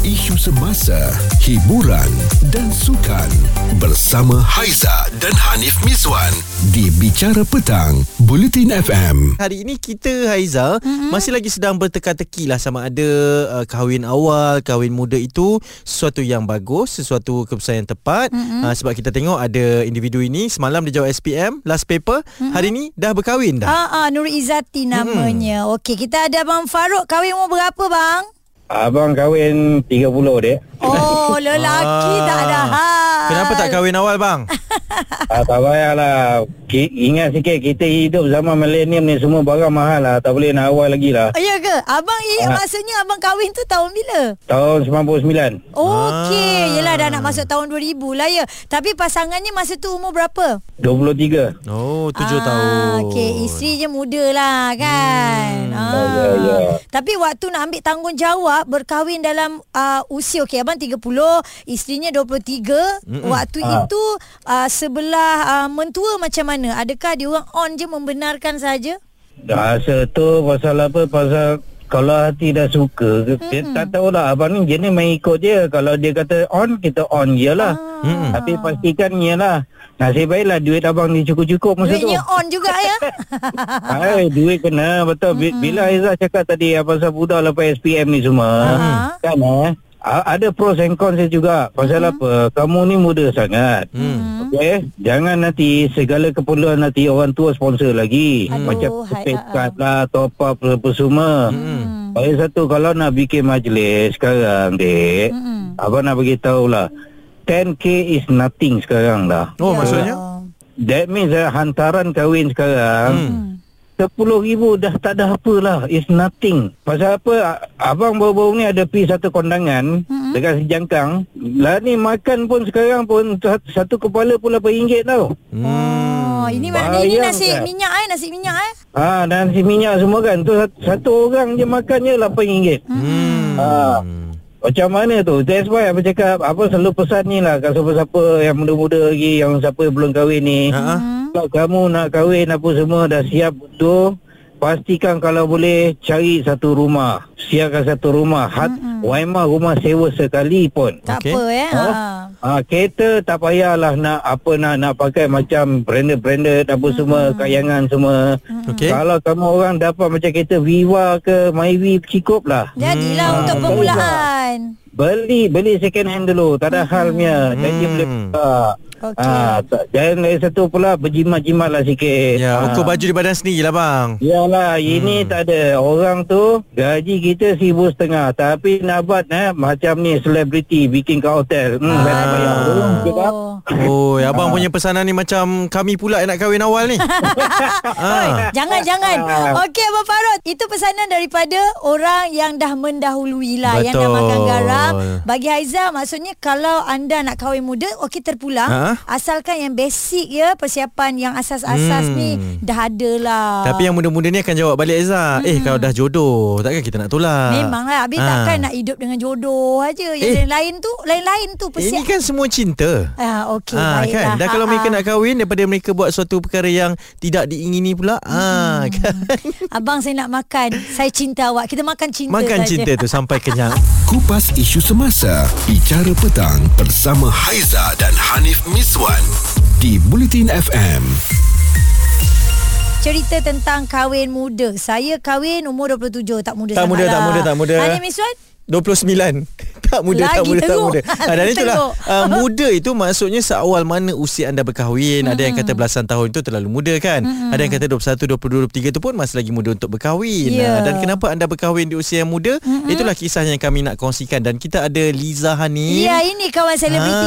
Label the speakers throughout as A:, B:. A: isu semasa, hiburan dan sukan bersama Haiza dan Hanif Miswan di Bicara Petang, Bulletin FM.
B: Hari ini kita Haiza mm-hmm. masih lagi sedang berteka-teki lah sama ada uh, kahwin awal, kahwin muda itu sesuatu yang bagus, sesuatu keputusan yang tepat mm-hmm. uh, sebab kita tengok ada individu ini semalam dia jawab SPM last paper, mm-hmm. hari ini dah berkahwin dah.
C: Ah, ah Nur Izzati namanya. Hmm. Okey, kita ada Abang Faruk. Kahwin umur berapa bang?
D: Abang kahwin 30 dek.
C: Oh, lelaki
B: Ah.
C: tak ada hal.
B: Kenapa tak kahwin awal bang?
D: ah, tak payahlah. Ki, ingat sikit kita hidup zaman milenium ni semua barang mahal lah. Tak boleh nak awal lagi
C: Oh,
D: lah.
C: ya ke? Abang i
D: Ah.
C: maksudnya abang kahwin tu tahun bila?
D: Tahun 99.
C: Okey,
B: Ah.
C: yelah dah nak masuk tahun 2000 lah ya. Tapi pasangannya masa tu umur berapa?
D: 23.
B: Oh, tujuh tahun.
C: Ah, Okey, isteri je muda lah kan. Hmm, ah.
D: ya, ya.
C: Tapi waktu nak ambil tanggungjawab berkahwin dalam uh, usia okey abang 30, isterinya 23. Mm-mm. Waktu
D: Ah.
C: itu uh, sebelah uh, mentua macam mana? Adakah dia orang on je membenarkan saja?
D: Rasa tu pasal apa? Pasal kalau hati dah suka ke, dia tak tahulah abang ni jenis main ikut je kalau dia kata on kita on je lah
B: Mm-mm.
D: tapi pastikan je lah nasib baiklah duit abang ni cukup-cukup masa tu
C: Duitnya on juga ya.
D: Hai, duit kena betul. Bi- Bila Aizah cakap tadi apa pasal budak lepas SPM ni semua,
C: Aha.
D: kan eh? a- Ada pros and cons dia juga. Pasal
C: Mm-hmm.
D: apa? Kamu ni muda sangat.
B: Hmm.
D: Okey, jangan nanti segala keperluan nanti orang tua sponsor lagi.
C: Aduh,
D: Macam
C: hai,
D: credit
C: ah, Mm-hmm. ah.
D: card lah, top up apa semua. Hmm. satu kalau nak bikin majlis sekarang, Dek,
C: Mm-mm.
D: abang nak bagi tahulah. 10k is nothing sekarang dah.
C: Ya.
B: Oh, maksudnya?
D: That means uh, hantaran kahwin
B: Hmm.
D: sekarang RM10,000 dah tak ada apalah. It's nothing. Pasal apa, a- abang baru-baru ni ada pergi satu
B: Hmm.
D: kondangan mm-hmm. dekat Sejangkang. Lah ni makan pun sekarang pun sa- satu kepala pun RM8 tau.
C: Oh, ini maknanya ini nasi
D: Bayangkan.
C: minyak eh, nasi minyak eh.
D: Ha, dan si minyak semua kan. Tu satu, satu orang je makannya RM8.
B: Hmm.
D: Ha. Macam mana tu? That's why apa cakap, apa selalu pesan ni lah kat siapa-siapa yang muda-muda lagi, yang siapa yang belum kahwin ni.
B: Ha.
D: Kalau kamu nak kahwin apa semua dah siap betul Pastikan kalau boleh cari satu rumah Siapkan satu rumah Hat, mm-hmm. Waimah rumah sewa sekali pun
C: Tak
B: Okey.
C: apa eh. Ha.
D: ha, Kereta tak payahlah nak apa nak nak pakai macam branded-branded apa mm-hmm. semua Kayangan semua
B: Okey.
D: Kalau kamu orang dapat macam kereta Viva ke Myvi cukup lah
C: Jadilah
B: Hmm.
C: untuk
D: Ah,
C: permulaan.
D: Beli beli second hand dulu Tak ada halnya Jadi
B: Hmm.
D: boleh buka
C: Okey.
D: Ah, tak- dan lagi satu pula berjimat-jimat lah sikit
B: Ya,
D: Ah.
B: ukur baju di badan sendiri lah bang.
D: Yalah,
C: Hmm.
D: ini tak ada. Orang tu gaji kita seribu setengah. Tapi nabat eh, macam ni selebriti bikin kat hotel. Hmm, ah. tak payah. Tolong sebab
C: Oh.
B: Oh, abang punya pesanan ni macam kami pula yang nak kahwin awal ni. ha.
D: Ah.
C: Jangan jangan. Okey Abang Farod, itu pesanan daripada orang yang dah mendahului lah yang
B: Betul.
C: dah makan garam. Bagi Haiza maksudnya kalau anda nak kahwin muda, okey terpulang.
B: Ha?
C: Asalkan yang basic ya, persiapan yang asas-asas
B: Hmm.
C: ni dah ada lah.
B: Tapi yang muda-muda ni akan jawab balik Ezra. Eh, kalau dah jodoh, takkan kita nak tolak.
C: Memanglah Habis
B: Ha.
C: lah, takkan nak hidup dengan jodoh aja Yang
B: Eh.
C: lain-lain tu Lain-lain tu
B: Ini
C: persiap
B: kan semua cinta.
C: Ah, okey,
B: Ah,
C: baiklah.
B: kan? Dah
C: Ha,
B: kalau mereka
C: ha.
B: nak kahwin daripada mereka buat suatu perkara yang tidak diingini pula. Ah, kan?
C: Abang saya nak makan Saya cinta awak Kita makan cinta
B: Makan
C: saja.
B: cinta tu sampai kenyang.
A: Kupas isu semasa, bicara petang bersama Haiza dan Hanif Miswan di Bulletin FM.
C: Cerita tentang kahwin muda. Saya kahwin umur 27, tak muda
B: Tak
C: sangat
B: muda,
C: lah.
B: tak muda, tak muda.
C: Hani Miswan?
B: 29 Tak muda Tak
C: Lagi
B: muda Tak
C: teruk.
B: muda ha, Dan
C: Lagi
B: itulah
C: teruk.
B: uh, Muda itu maksudnya Seawal mana usia anda berkahwin Ada yang kata belasan tahun itu Terlalu muda kan Ada yang kata 21, 22, 23 itu pun Masih lagi muda untuk berkahwin
C: Ya.
B: Ah, Dan kenapa anda berkahwin Di usia yang muda Itulah kisah yang kami nak kongsikan Dan kita ada Liza Hanim
C: Ya, ini kawan selebriti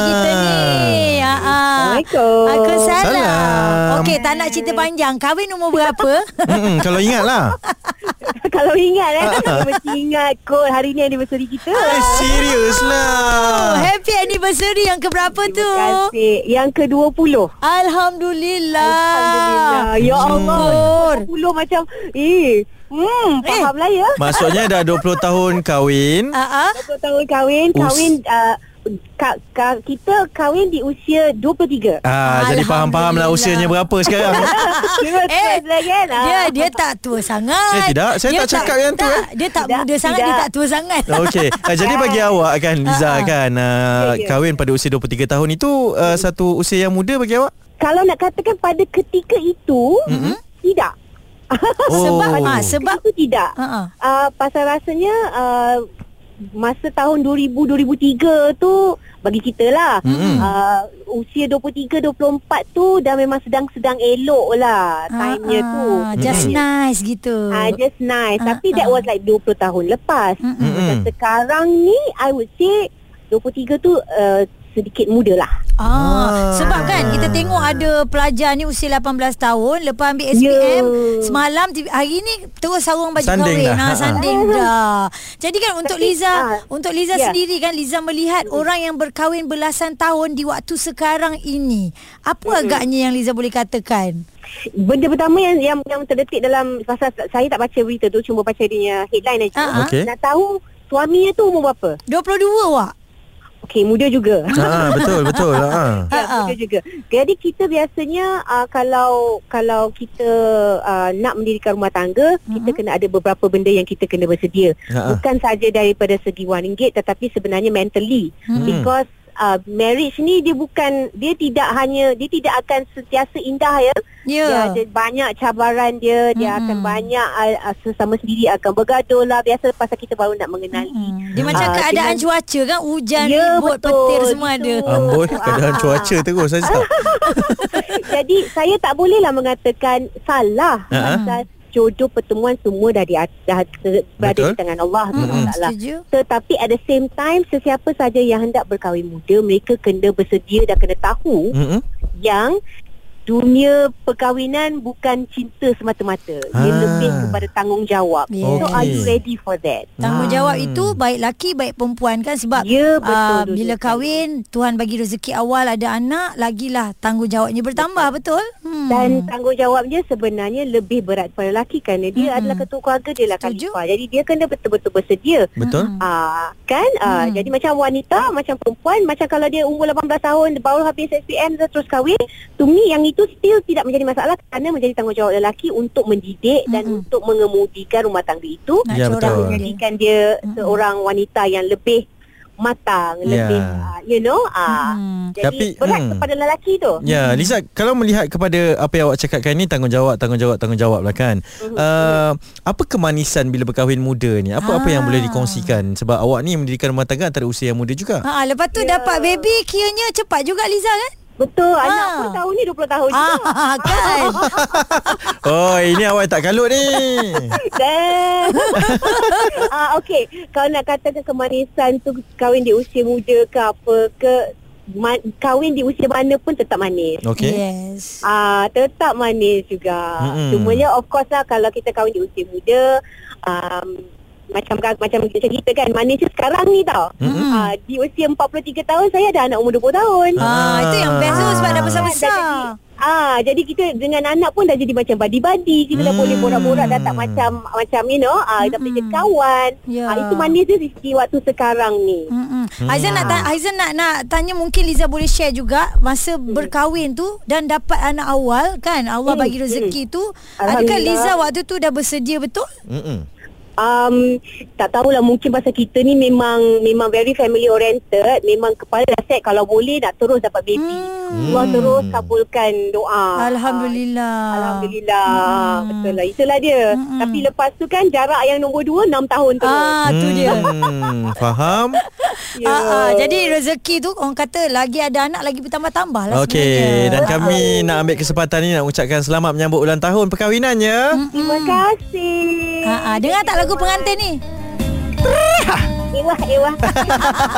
B: Ah.
C: kita ni. Ha, ha.
D: Assalamualaikum.
C: Waalaikumsalam.
B: Salam.
C: Okey, tak nak cerita panjang. Kahwin umur berapa?
B: Mm-mm, Kalau ingat lah
E: Kalau ingat eh Kau mesti ingat kot Hari ni anniversary kita
B: Eh serius
C: oh,
B: lah
C: happy anniversary yang keberapa tu?
E: Terima kasih Yang ke-20
C: Alhamdulillah.
E: Alhamdulillah Ya Allah
C: Ah. Syukur.
E: 20 macam Eh Hmm Faham lah ya
B: Maksudnya dah 20 tahun kahwin
C: Ah, ah.
E: 20 tahun kahwin
B: Us-
E: Kahwin uh, ka, ka, kita kahwin di usia 23.
B: Ah, jadi faham-faham lah usianya berapa sekarang.
E: Memang
C: Eh,
E: tua lah kan? Ah.
C: Dia dia tak tua sangat.
B: Eh, tidak. Saya
C: dia
B: tak cakap yang eh. tu,
C: tak, Dia tak
E: Tidak,
C: muda sangat, dia
E: tidak.
C: tak tua sangat.
B: Okey. Uh, jadi bagi awak kan Liza kan uh,
E: Ya, ya.
B: kahwin pada usia 23 tahun itu uh, satu usia yang muda bagi awak?
E: Kalau nak katakan pada ketika itu, mm-hmm. tidak.
C: Sebab ah,
E: Ketika
C: sebab
E: itu tidak.
C: Ha, ha.
E: Uh, pasal rasanya uh, masa tahun 2000-2003 tu bagi kita lah.
B: Mm-mm.
E: Uh, usia 23-24 tu dah memang sedang-sedang elok lah time-nya
C: Ah,
E: tu.
C: ah, Just
B: Hmm.
C: nice gitu.
E: Ah, just nice.
C: Ah,
E: Tapi that
C: ah.
E: was like 20 tahun lepas.
C: Mm-mm.
E: Macam sekarang ni, I would say 23 tu uh, sedikit muda lah.
C: Ah, sebab kan kita tengok ada pelajar ni usia 18 tahun lepas ambil SPM
E: Ya.
C: semalam tiba- hari ni terus sarung baju
B: Sanding
C: kahwin
B: dah.
C: ha
B: Ha, ha.
C: sanding dah. Jadi kan untuk
E: Tapi,
C: Liza
E: ah,
C: untuk Liza
E: ya. Hmm.
C: sendiri kan Liza melihat orang yang berkahwin belasan tahun di waktu sekarang ini.
E: Hmm.
C: Apa agaknya yang Liza boleh katakan?
E: Benda pertama yang yang, yang terdetik dalam pasal saya tak baca berita tu, cuma baca dia headline aja.
C: Ah, ah.
B: Okey.
E: Nak tahu suaminya tu umur berapa?
C: 22 wak.
E: Okey, muda juga.
B: Ah, betul betul. Ah.
E: Ya,
C: Ah, ah.
E: betul juga. Jadi kita biasanya uh, kalau kalau kita uh, nak mendirikan rumah tangga, uh-huh.
C: Mm-hmm.
E: kita kena ada beberapa benda yang kita kena bersedia.
B: Ha-ha.
E: Uh-huh. Bukan saja daripada segi RM1 tetapi sebenarnya mentally
B: Hmm.
C: Mm-hmm.
E: uh-huh. because uh, marriage ni dia bukan dia tidak hanya dia tidak akan sentiasa indah ya. Dia
C: Ya.
E: ada banyak cabaran dia, dia
C: Mm-mm.
E: akan banyak uh, uh, sesama sendiri akan bergaduh lah biasa pasal kita baru nak mengenali.
C: Hmm. Dia macam
E: Ah,
C: keadaan
E: dengan-
C: cuaca kan hujan,
E: Ya,
C: ribut,
E: betul.
C: petir semua ada.
E: Itu.
B: Amboi keadaan
E: Ah.
B: cuaca terus saja.
E: Jadi saya tak bolehlah mengatakan salah
C: Ha,
B: Ha-ha.
E: uh-huh. pasal jodoh pertemuan semua dah di at- dah ter- berada
B: Betul.
E: di tangan Allah
C: Hmm,
E: Taala.
C: setuju.
E: Tetapi at the same time sesiapa saja yang hendak berkahwin muda mereka kena bersedia dan kena
C: Mm.
E: tahu
B: Hmm.
E: yang dunia perkahwinan bukan cinta semata-mata. Dia
B: Ah.
E: lebih kepada tanggungjawab.
C: Yeah.
E: So are you
B: Okey.
E: ready for that?
C: Tanggungjawab
B: Hmm.
C: itu baik laki baik perempuan kan sebab
E: Ya, betul,
C: ah,
E: betul,
C: bila
E: betul.
C: kahwin Tuhan bagi rezeki awal ada anak lagilah tanggungjawabnya bertambah betul. Hmm.
E: Dan tanggungjawabnya sebenarnya lebih berat pada lelaki kerana dia
C: Mm-mm.
E: adalah ketua keluarga dia lah
C: Hmm. Setuju.
E: khalifah. Jadi dia kena betul-betul bersedia.
B: Betul.
E: Ah, kan? Ah,
C: Hmm.
E: Jadi macam wanita, macam perempuan, macam kalau dia umur 18 tahun, dia baru habis SPM, dia terus kahwin, to me yang itu still tidak menjadi masalah kerana menjadi tanggungjawab lelaki untuk mendidik dan
C: Mm-mm.
E: untuk mengemudikan rumah tangga itu
C: Nak
B: Ya,
C: corak
B: betul.
C: dia.
E: menjadikan dia
C: Mm-mm.
E: seorang wanita yang lebih
B: Ya.
E: matang, lebih, ah, you know, ah,
C: Hmm.
E: jadi
B: Tapi,
E: berat
B: hmm.
E: kepada lelaki tu.
B: Ya, Liza, kalau melihat kepada apa yang awak cakapkan ni tanggungjawab, tanggungjawab, tanggungjawab lah kan.
E: Mhm.
B: Uh, apa kemanisan bila berkahwin muda ni? Apa apa yang
C: Ah.
B: boleh dikongsikan? Sebab awak ni mendirikan rumah tangga antara usia yang muda juga.
C: Ha, lepas tu
E: Ya.
C: dapat baby kiranya cepat juga Liza kan?
E: Betul, anak
C: Ah.
E: pun tahun ni 20 tahun juga.
C: Ah, kan.
B: Oh, ini awak tak kalut ni.
E: Damn. ah, okay. Kalau nak katakan kemanisan tu kahwin di usia muda ke apa ke, ma- kahwin di usia mana pun tetap manis.
B: Okey.
C: Yes.
E: Ah, tetap manis juga.
B: Mm-mm.
E: Mm-hmm. Cumanya of course lah kalau kita kahwin di usia muda, um, macam macam macam kita kan manis tu sekarang ni tau.
B: Mm-mm.
E: Ah, di usia 43 tahun saya ada anak umur 20 tahun.
C: Ah, itu yang best tu sebab dah besar-besar.
E: Dah jadi- Ah, jadi kita dengan anak pun dah jadi macam badi-badi. Kita hmm. dah
B: Hmm.
E: boleh borak-borak dah tak macam macam you know, ah dah
C: Mm-mm.
E: boleh jadi kawan.
C: Ya. Hmm.
E: Ah, itu manis dia sisi waktu sekarang ni.
C: Mm-mm. Aizan nak ta- Aizan nak nak tanya mungkin Liza boleh share juga masa berkahwin tu dan dapat anak awal kan Allah
E: Hmm,
C: bagi rezeki tu adakah
E: Alhamdulillah.
C: Liza waktu tu dah bersedia betul?
B: Mm-mm.
E: Um tak tahulah mungkin pasal kita ni memang memang very family oriented, memang kepala dah set kalau boleh nak terus dapat baby.
C: Hmm.
E: Allah terus kabulkan doa.
C: Alhamdulillah.
E: Ah, Alhamdulillah.
C: Hmm.
E: Betul lah. Itulah dia.
C: Mm-mm.
E: Tapi lepas tu kan jarak yang nombor dua 6 tahun terus.
C: Ah, tu dia.
B: Hmm, faham?
E: Ya.
C: Ah, ah, jadi rezeki tu orang kata lagi ada anak lagi bertambah-tambah lah
B: Okey, dan
C: sebenarnya.
B: kami nak ambil kesempatan ni nak ucapkan selamat menyambut ulang tahun ya.
C: Hmm.
B: perkahwinannya.
E: Terima kasih.
C: Ha ah, dengar tak lagu pengantin ni?
E: Ewah, ewah.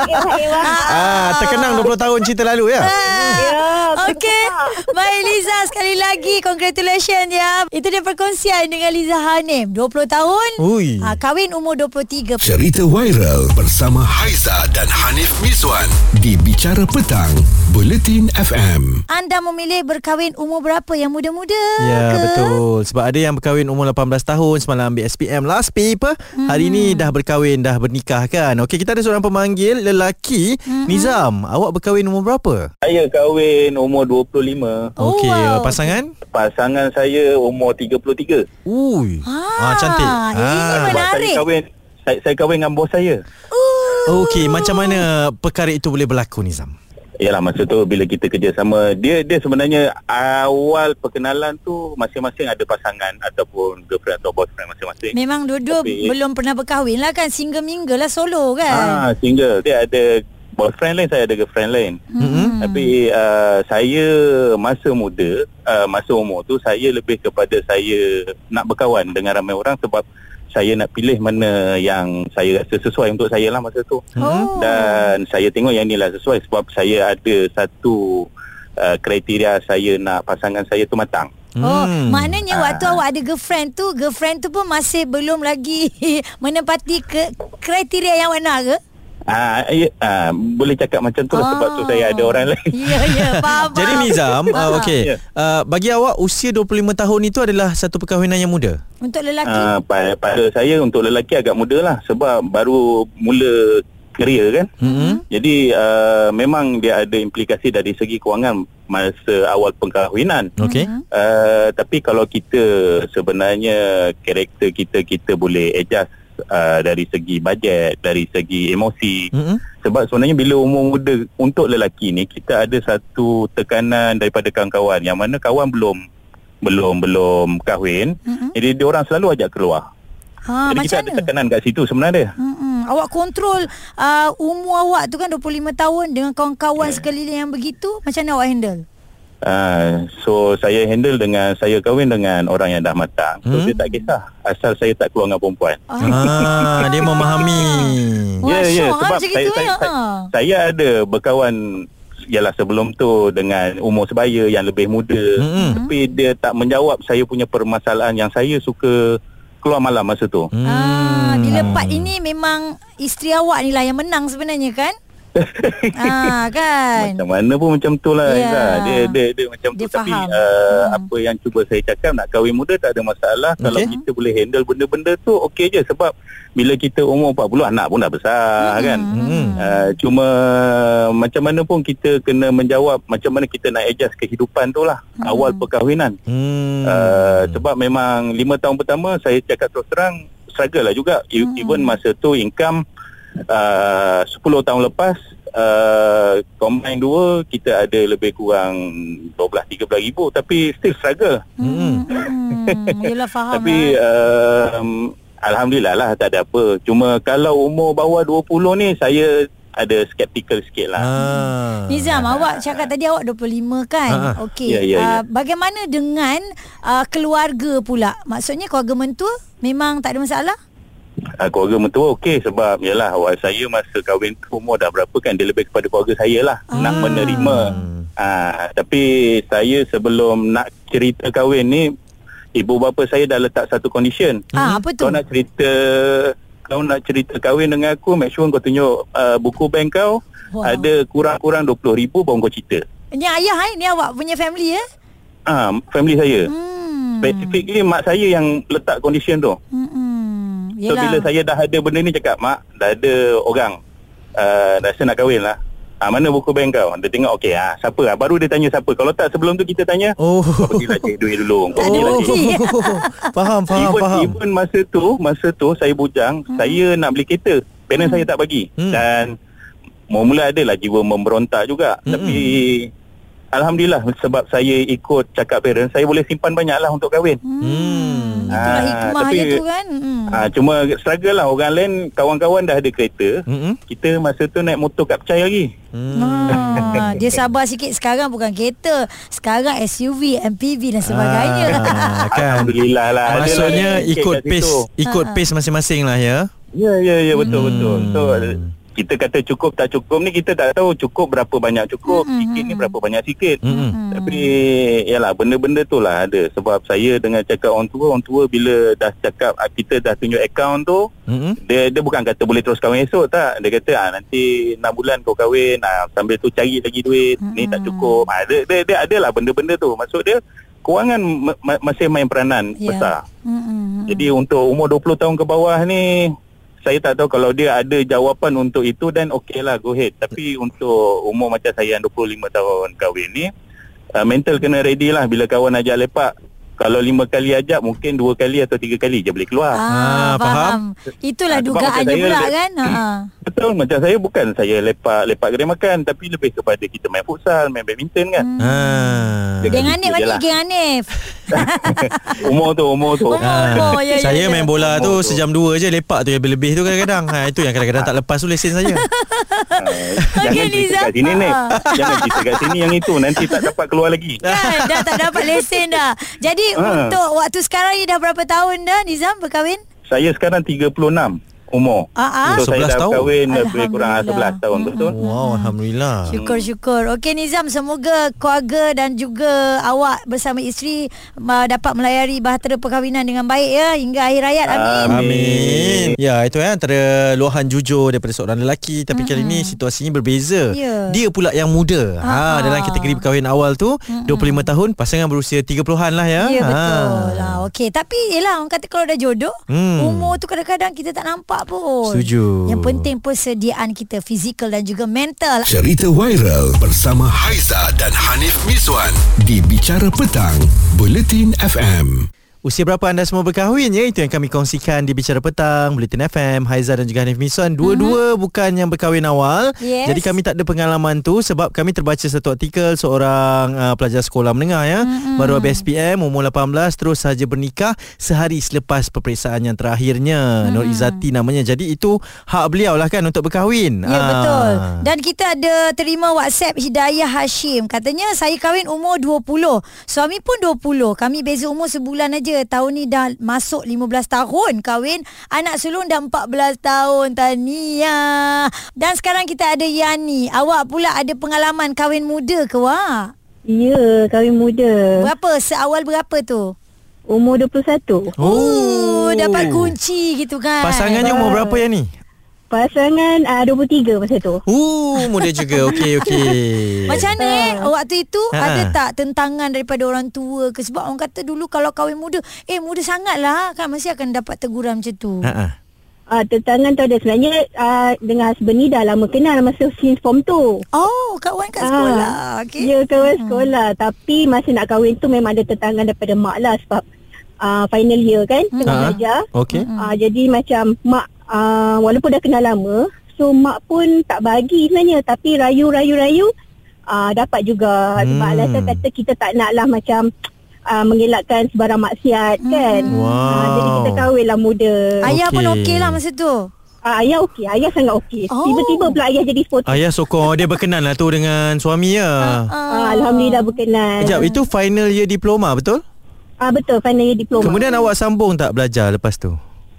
E: ewah, ewah.
C: Ha,
B: Ah, terkenang 20 tahun cerita lalu ya.
C: Eh.
E: Ya, betul
C: Okey.
E: tak?
C: Baik Liza sekali lagi congratulations ya. Itu dia perkongsian dengan Liza Hanim 20 tahun.
B: Ui.
C: Ah, kahwin umur 23.
A: Cerita viral bersama Haiza dan Hanif Miswan di Bicara Petang, Buletin FM.
C: Anda memilih berkahwin umur berapa yang muda-muda
B: Ya
C: ke?
B: betul Sebab ada yang berkahwin umur 18 tahun Semalam ambil SPM Last paper hmm. Hari ni dah berkahwin Dah bernikah kan Sembilan Okey kita ada seorang pemanggil Lelaki
C: Hmm.
B: mm-hmm. Nizam Awak berkahwin umur berapa?
D: Saya kahwin umur 25.
C: Oh,
B: Okey
C: wow.
B: uh, Pasangan?
D: Pasangan saya umur 33.
B: Ui
C: Ah,
B: ah, Cantik Ah.
C: ini
D: Sebab saya
C: Menarik.
D: kahwin saya, saya kahwin dengan bos saya.
B: Okey macam mana Perkara itu boleh berlaku Nizam?
D: Yalah masa tu bila kita kerjasama dia dia sebenarnya awal perkenalan tu masing-masing ada pasangan ataupun girlfriend atau boyfriend masing-masing.
C: Memang dua-dua
D: Tapi-
C: belum pernah berkahwin lah kan Single-mingle lah solo kan
D: Ah, single. Dia ada boyfriend lain, saya ada girlfriend lain. Hmm. Tapi uh, saya masa muda, uh, masa umur tu saya lebih kepada saya nak berkawan dengan ramai orang sebab saya nak pilih mana yang saya rasa sesuai untuk saya lah masa tu.
C: Oh.
D: Dan saya tengok yang inilah sesuai sebab saya ada satu uh, kriteria saya nak pasangan saya tu matang.
C: Oh,
B: Hmm.
C: maknanya waktu awak ada girlfriend tu, girlfriend tu pun masih belum lagi menempati ke kriteria yang awak nak ke?
D: Ah, ya, ah, boleh cakap macam tu lah sebab tu
C: Ah.
D: saya ada orang lain.
C: Ya, ya, faham.
B: Jadi
C: faham.
B: Nizam
C: Faham.
B: uh, Okey
D: Ya.
B: uh, Bagi awak usia 25 tahun itu adalah Satu perkahwinan yang muda?
C: Untuk lelaki.
D: Uh, pada, pada saya untuk lelaki agak muda lah sebab baru mula kerja kan.
B: Mm-hmm.
D: Jadi uh, memang dia ada implikasi dari segi kewangan masa awal pengkahwinan.
B: Okey
D: Uh, tapi kalau kita sebenarnya karakter kita kita boleh adjust uh, dari segi bajet, dari segi emosi.
B: Mm-hmm.
D: Sebab sebenarnya bila umur muda untuk lelaki ni kita ada satu tekanan daripada kawan-kawan yang mana kawan belum belum belum kahwin.
C: Mm-mm.
D: Jadi dia orang selalu ajak keluar.
C: Ha,
D: Jadi kita
C: macam
D: ada
C: mana?
D: tekanan kat situ sebenarnya.
C: Mm-mm. Awak kontrol uh, umur awak tu kan 25 tahun dengan kawan-kawan
D: Ya.
C: sekeliling yang begitu, macam mana awak handle?
D: Uh, so saya handle dengan saya kahwin dengan orang yang dah matang. So
B: Hmm.
D: dia tak kisah asal saya tak keluar dengan perempuan.
C: Ah,
B: Ah, dia memahami.
C: Wah, syok, ah,
D: Ya, sebab
C: macam
D: saya,
C: gitu,
D: saya,
C: eh,
D: saya,
C: ah.
D: saya ada berkawan ialah sebelum tu dengan umur sebaya yang lebih muda
C: Mm-hmm.
B: Mm-mm.
D: tapi dia tak menjawab saya punya permasalahan yang saya suka keluar malam masa tu.
B: Hmm.
C: Ah, bila part ini memang isteri awak ni lah yang menang sebenarnya kan? ah, kan?
D: Macam mana pun macam tu lah
C: Ya.
D: yeah. dia, dia, dia macam
C: Dia
D: tu Tapi
C: faham. Hmm.
D: uh, apa yang cuba saya cakap Nak kahwin muda tak ada masalah okay. Kalau
B: Okey.
D: kita boleh handle benda-benda tu Okey je sebab Bila kita umur 40 Anak pun dah besar kan
B: Hmm.
D: uh, Cuma Macam mana pun kita kena menjawab Macam mana kita nak adjust kehidupan tu lah Awal perkahwinan
B: Hmm.
D: Uh, sebab memang lima tahun pertama saya cakap terus terang struggle lah juga E- even masa tu income uh, 10 tahun lepas uh, combine dua kita ada lebih kurang 12 13 ribu tapi still struggle
B: Hmm.
C: Hmm, yelah faham
D: tapi
C: lah.
D: um, alhamdulillah lah tak ada apa cuma kalau umur bawah 20 ni saya ada skeptical sikit lah
B: Ah.
C: Nizam, awak cakap tadi awak 25 kan?
B: Ah, ah.
C: Okey.
D: Ya, ya,
C: Ah,
D: ya.
C: bagaimana dengan uh, keluarga pula? Maksudnya keluarga mentua memang tak ada masalah?
D: uh, keluarga mentua okey sebab yalah awak saya masa kahwin tu umur dah berapa kan dia lebih kepada keluarga saya lah
C: Ah.
D: ah. nak menerima ah, tapi saya sebelum nak cerita kahwin ni ibu bapa saya dah letak satu condition
C: Ah, apa tu?
D: kau nak cerita kau nak cerita kahwin dengan aku make sure kau tunjuk uh, buku bank kau
C: Wow.
D: wow. ada kurang-kurang 20,000 baru kau cerita
C: Ni ayah eh, ni awak punya family eh?
D: ah, family saya hmm.
C: Hmm.
D: Specifically mak saya yang letak condition tu
C: Hmm, Hmm.
D: So
C: Yelah.
D: bila saya dah ada benda ni cakap Mak dah ada orang uh, Rasa nak kahwin lah ah, Mana buku bank kau Dia tengok okey ah, Siapa ah? Baru dia tanya siapa Kalau tak sebelum tu kita tanya
B: Oh.
D: Kau pergilah cek duit dulu Kau
C: Tak ada
D: pergilah
C: bukti.
D: cek
B: faham, faham,
D: even,
B: faham.
D: even masa tu Masa tu saya bujang hmm. Saya nak beli kereta Parents hmm. saya tak bagi
B: Hmm.
D: hmm. Dan Mula-mula adalah jiwa memberontak juga hmm. Tapi Alhamdulillah sebab saya ikut cakap parents Saya boleh simpan banyak lah untuk kahwin
C: Hmm. Itulah
D: Ah,
C: hikmah
D: tapi-
C: dia tu kan. Hmm.
D: Ah, cuma struggle lah orang lain kawan-kawan dah ada kereta
B: Mm-mm.
D: kita masa tu naik motor kat Pecai lagi
B: Hmm.
C: Ah, dia sabar sikit sekarang bukan kereta. Sekarang SUV, MPV dan sebagainya.
B: Ah, kan.
D: Alhamdulillah lah Ada
B: Maksudnya
D: lah sikit
B: ikut
D: kat situ.
B: pace, Hmm. ikut
C: Ha.
B: pace masing-masing lah ya.
D: Ya ya ya betul-betul So kita kata cukup tak cukup ni kita tak tahu cukup berapa banyak cukup hmm. Sikit ni berapa banyak sikit
B: Mm-mm.
D: Tapi yalah benda-benda tu lah ada Sebab saya dengan cakap orang tua Orang tua bila dah cakap ah, kita dah tunjuk akaun tu
B: Mm-mm.
D: dia dia bukan kata boleh terus kahwin esok tak dia kata ah nanti 6 bulan kau kahwin ah sambil tu cari lagi duit hmm. ni tak cukup ah dia dia, dia adalah benda-benda tu maksud dia kewangan ma- ma- masih main peranan
C: Ya.
D: yeah. besar
C: Hmm.
D: jadi untuk umur 20 tahun ke bawah ni saya tak tahu kalau dia ada jawapan untuk itu dan okeylah go ahead. Tapi untuk umur macam saya yang 25 tahun kahwin ni uh, mental kena ready lah bila kawan ajak lepak. Kalau lima kali ajak mungkin dua kali atau tiga kali je boleh
C: Ah,
D: keluar.
B: Ah,
C: faham.
B: faham.
C: Itulah
D: Ah, sebab
C: dugaannya
D: macam saya
C: pula
D: le-
C: kan. Ha. ah.
D: Betul macam saya bukan saya lepak lepak kedai makan tapi lebih kepada kita main futsal, main badminton kan.
C: Hmm.
B: Ha.
C: Geng
D: Dia- Gitu
C: Hanif
D: je
C: balik
D: lah.
C: Geng Hanif.
D: Umur tu, umur tu. Ha.
C: Umur. Hmm. Oh, ya, ya,
B: saya
C: ya.
B: main bola tu
D: Oh, tu.
B: sejam dua je lepak tu yang lebih tu kadang-kadang. Ha itu yang kadang-kadang tak lepas tu lesen saya.
D: Uh,
C: Okey,
D: jangan cerita
C: Nizam.
D: kat sini ni.
C: Ah.
D: Jangan cerita kat sini yang itu nanti tak dapat keluar lagi.
C: Kan dah tak dapat lesen dah. Jadi
D: Ah.
B: Ha.
C: untuk waktu sekarang ni dah berapa tahun dah Nizam berkahwin?
D: Saya sekarang 36 umur.
C: Ah, ah.
D: So saya
B: 11
D: dah
B: tahun.
D: kahwin lebih kurang
C: Alhamdulillah. Hmm.
D: 11 tahun betul.
B: Wow, alhamdulillah.
C: Syukur-syukur. Okey Nizam, semoga keluarga dan juga awak bersama isteri uh, dapat melayari bahtera perkahwinan dengan baik ya hingga akhir hayat. Amin.
B: Amin. Ya, itu eh antara luahan jujur daripada seorang lelaki tapi mm-hmm. kali ini situasinya berbeza.
C: Ya.
B: Dia pula yang muda. Ha
C: Ah.
B: dalam kategori perkahwinan awal tu mm-hmm. 25 tahun, pasangan berusia 30-an lah ya.
C: Ya
B: Ha.
C: betul ha. Okey Tapi yelah Orang kata kalau dah jodoh hmm.
B: Hmm.
C: Umur tu kadang-kadang Kita tak nampak pun
B: Setuju.
C: Yang penting persediaan kita Fizikal dan juga mental
A: Cerita viral bersama Haiza dan Hanif Miswan di Bicara Petang, Buletin FM.
B: Usia berapa anda semua berkahwin ya? Itu yang kami kongsikan di Bicara Petang, Bulletin FM, Haiza dan juga Hanif Mison. Dua-dua mm-hmm. bukan yang berkahwin awal.
C: Mhm. Yes.
B: Jadi kami tak ada pengalaman tu sebab kami terbaca satu artikel seorang uh, pelajar sekolah menengah ya.
C: Mhm.
B: Mm-hmm. Baru habis SPM, umur 18, terus saja bernikah sehari selepas peperiksaan yang
C: Mhm.
B: terakhirnya. Mm-hmm. Nur Izzati namanya. Jadi itu hak beliau lah kan untuk berkahwin.
C: Ya
B: Ah.
C: betul Dan kita ada terima WhatsApp Hidayah Hashim Katanya saya kahwin umur 20 Suami pun 20 Kami beza umur sebulan aja Tahun ni dah masuk 15 tahun kahwin Anak sulung dah 14 tahun Tania Dan sekarang kita ada Yani Awak pula ada pengalaman kahwin muda ke Wak?
E: Ya, kahwin muda.
C: Berapa? Seawal berapa tu?
E: Umur 21.
C: Oh, dapat kunci gitu kan
B: Pasangannya umur berapa ya ni?
E: Pasangan uh, 23 masa tu.
B: Uh, muda juga. Okey, okey.
C: Macam mana eh
E: Ah.
C: Waktu itu ha.
B: Ha.
C: Ada tak tentangan Daripada orang tua ke Sebab orang kata dulu Kalau kahwin muda Eh muda sangat lah Kan masih akan dapat teguran macam tu ha.
B: Ha-ha.
E: Uh, tentangan tu ada sebenarnya uh, dengan husband ni dah lama kenal masa since form tu.
C: Oh kawan kat
E: Ah,
C: sekolah okay.
E: Ya kawan sekolah Tapi masa nak kahwin tu memang ada tentangan daripada mak lah Sebab uh, final year kan Tengah
B: Ah,
E: belajar
B: Okey.
E: uh, Jadi macam mak uh, walaupun dah kenal lama So mak pun tak bagi sebenarnya Tapi rayu-rayu-rayu uh, dapat juga hmm. Sebab
B: Hmm.
E: alasan kata kita tak nak lah macam uh, Mengelakkan sebarang maksiat kan Ah, Jadi kita
B: Wow.
E: kahwin lah muda
C: Ayah pun
B: Okey.
C: okey lah masa tu
E: uh, Ayah okey, ayah sangat okey
C: Oh. Ah.
E: Tiba-tiba pula ayah jadi sporty
B: Ayah Ah, ya, sokong Dia berkenan lah tu Dengan suami ya
E: Ah, Alhamdulillah berkenan
B: Sekejap Itu final year diploma betul?
E: Ah betul final year diploma.
B: Kemudian awak sambung tak belajar lepas tu?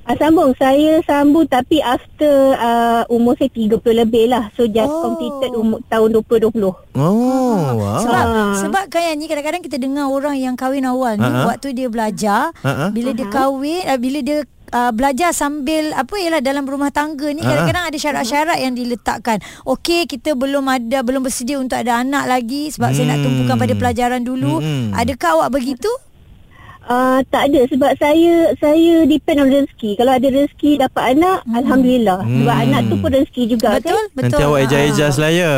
E: ah, sambung saya sambung tapi after ah, umur saya 30 lebih lah. So
C: Oh.
E: just oh. completed umur tahun 2020.
B: Oh wow.
C: Sebab
E: Ah.
C: sebab kan yang ni kadang-kadang kita dengar orang yang kahwin awal ni
B: Ah, ah.
C: waktu dia belajar
B: Ah, ah.
C: bila dia kahwin uh, bila dia uh, belajar sambil apa ialah dalam rumah tangga ni
B: Ah, ah.
C: kadang-kadang ada syarat-syarat yang diletakkan. Okey kita belum ada belum bersedia untuk ada anak lagi sebab saya nak
B: Hmm.
C: tumpukan pada pelajaran dulu.
B: Hmm.
C: Adakah awak begitu?
E: Ah tak ada sebab saya saya depend on rezeki. Kalau ada rezeki dapat anak alhamdulillah. Sebab
B: Hmm.
E: anak tu pun rezeki juga
C: Betul,
E: kan.
C: betul.
B: Nanti awak ejas-ejas lah ya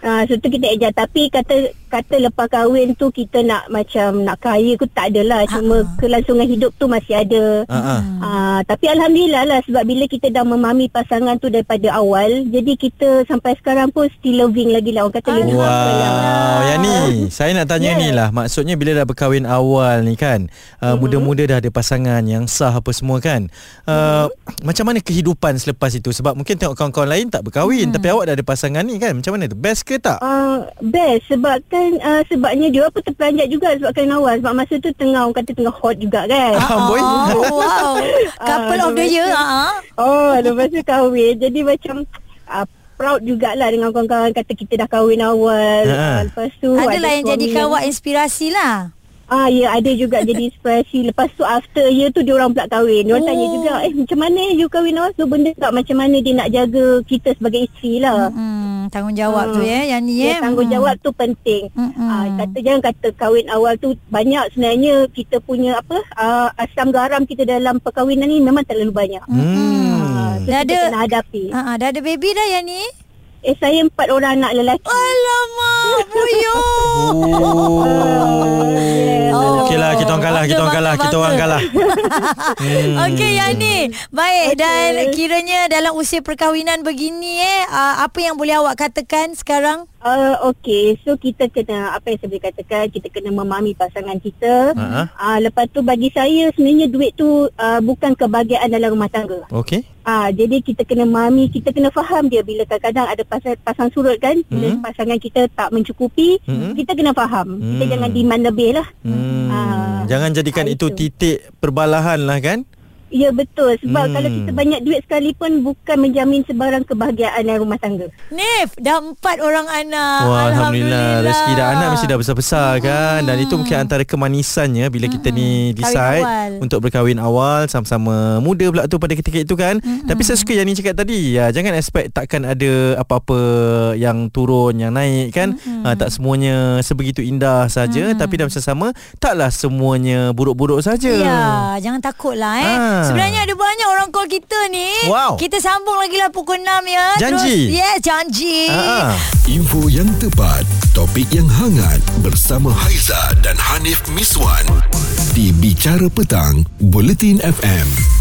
E: Ah so tu kita ejar tapi kata kata lepas kahwin tu kita nak macam nak kaya ke tak adalah. Cuma kelangsungan hidup tu masih ada.
B: Ha-ha.
E: Ah, tapi alhamdulillah lah sebab bila kita dah memahami pasangan tu daripada awal, jadi kita sampai sekarang pun still loving lagi lah orang kata lima tahun lah.
B: Wow Yang ni Saya nak tanya ni lah Maksudnya bila dah berkahwin awal ni kan uh, Muda-muda dah ada pasangan Yang sah apa semua kan uh, Macam mana kehidupan selepas itu Sebab mungkin tengok kawan-kawan lain tak berkahwin Tapi awak dah ada pasangan ni kan Macam mana tu Best ke tak?
E: Uh, best sebab kan uh, sebabnya dia pun terperanjat juga sebab kain awal sebab masa tu tengah orang kata tengah hot juga kan.
B: Amboi
C: Oh, wow. Couple of the year. Ha.
E: Oh, lepas tu kahwin. Jadi macam uh, proud jugalah dengan kawan-kawan kata kita dah kahwin awal.
B: Ha.
E: Uh, lepas tu
C: Adalah lah yang
E: suami
C: jadi awak inspirasi lah.
E: Ah ya ada juga jadi inspirasi. Lepas tu after year tu dia orang pula kahwin. Dia
C: Oh.
E: orang oh. tanya juga eh macam mana you kahwin awal so benda tak macam mana dia nak jaga kita sebagai isteri lah.
C: Hmm, tanggungjawab tu ya yang ni
E: Yeah,
C: ya.
E: tanggungjawab tu penting.
C: Mm-mm.
E: Ah, kata jangan kata kahwin awal tu banyak sebenarnya kita punya apa ah, asam garam kita dalam perkahwinan ni memang terlalu banyak.
B: Hmm.
E: Ah, tu
C: Dah
E: kita
C: ada-
E: kena hadapi.
C: Ha, ha, dah ada baby dah yang ni?
E: Eh saya empat orang anak lelaki.
C: Alamak, buyuk.
B: Oh.
C: Oh.
B: Okey lah, kita orang kalah, kita orang
C: Bangga,
B: kalah, kita
C: bangga.
B: orang kalah.
C: Hmm. Okey Yani. Baik okay. dan kiranya dalam usia perkahwinan begini eh uh, apa yang boleh awak katakan sekarang?
E: Uh, okay, so kita kena apa yang saya boleh katakan, kita kena memahami pasangan kita.
B: Ha.
E: Uh, lepas tu bagi saya sebenarnya duit tu uh, bukan kebahagiaan dalam rumah tangga.
B: Okey.
E: Ah, jadi kita kena mami, kita kena faham dia bila kadang-kadang ada pasang, pasang surut kan, bila
B: Hmm.
E: pasangan kita tak mencukupi,
B: Hmm.
E: kita kena faham. Kita
B: Hmm.
E: jangan demand lebih lah.
B: Hmm.
E: Ah,
B: Jangan jadikan
E: ah,
B: itu
E: itu.
B: titik perbalahan lah kan?
E: Ya betul, sebab
B: Hmm.
E: kalau kita banyak duit sekali pun bukan menjamin sebarang kebahagiaan dalam rumah tangga.
C: Nif, dah empat orang anak.
B: Wah, Alhamdulillah. Rezeki dah anak mesti dah besar-besar kan. Dan itu mungkin antara kemanisannya bila kita ni
C: Hmm. Kahwin
B: decide
C: awal.
B: untuk berkahwin awal sama-sama muda pula tu pada ketika itu kan.
C: Hmm,
B: Tapi saya suka yang ni cakap tadi, ya, jangan expect takkan ada apa-apa yang turun, yang naik kan.
C: Hmm,
B: Ha, tak semuanya sebegitu indah saja tapi dalam masa sama taklah semuanya buruk-buruk saja.
C: Ya, jangan takut lah eh.
B: Ah.
C: Sebenarnya ada banyak orang call kita ni.
B: Wow.
C: Kita sambung lagi lah pukul 6 ya.
B: Janji.
C: Terus, yes, janji.
B: Ha.
A: Info yang tepat, topik yang hangat bersama Haiza dan Hanif Miswan di Bicara Petang, Buletin FM.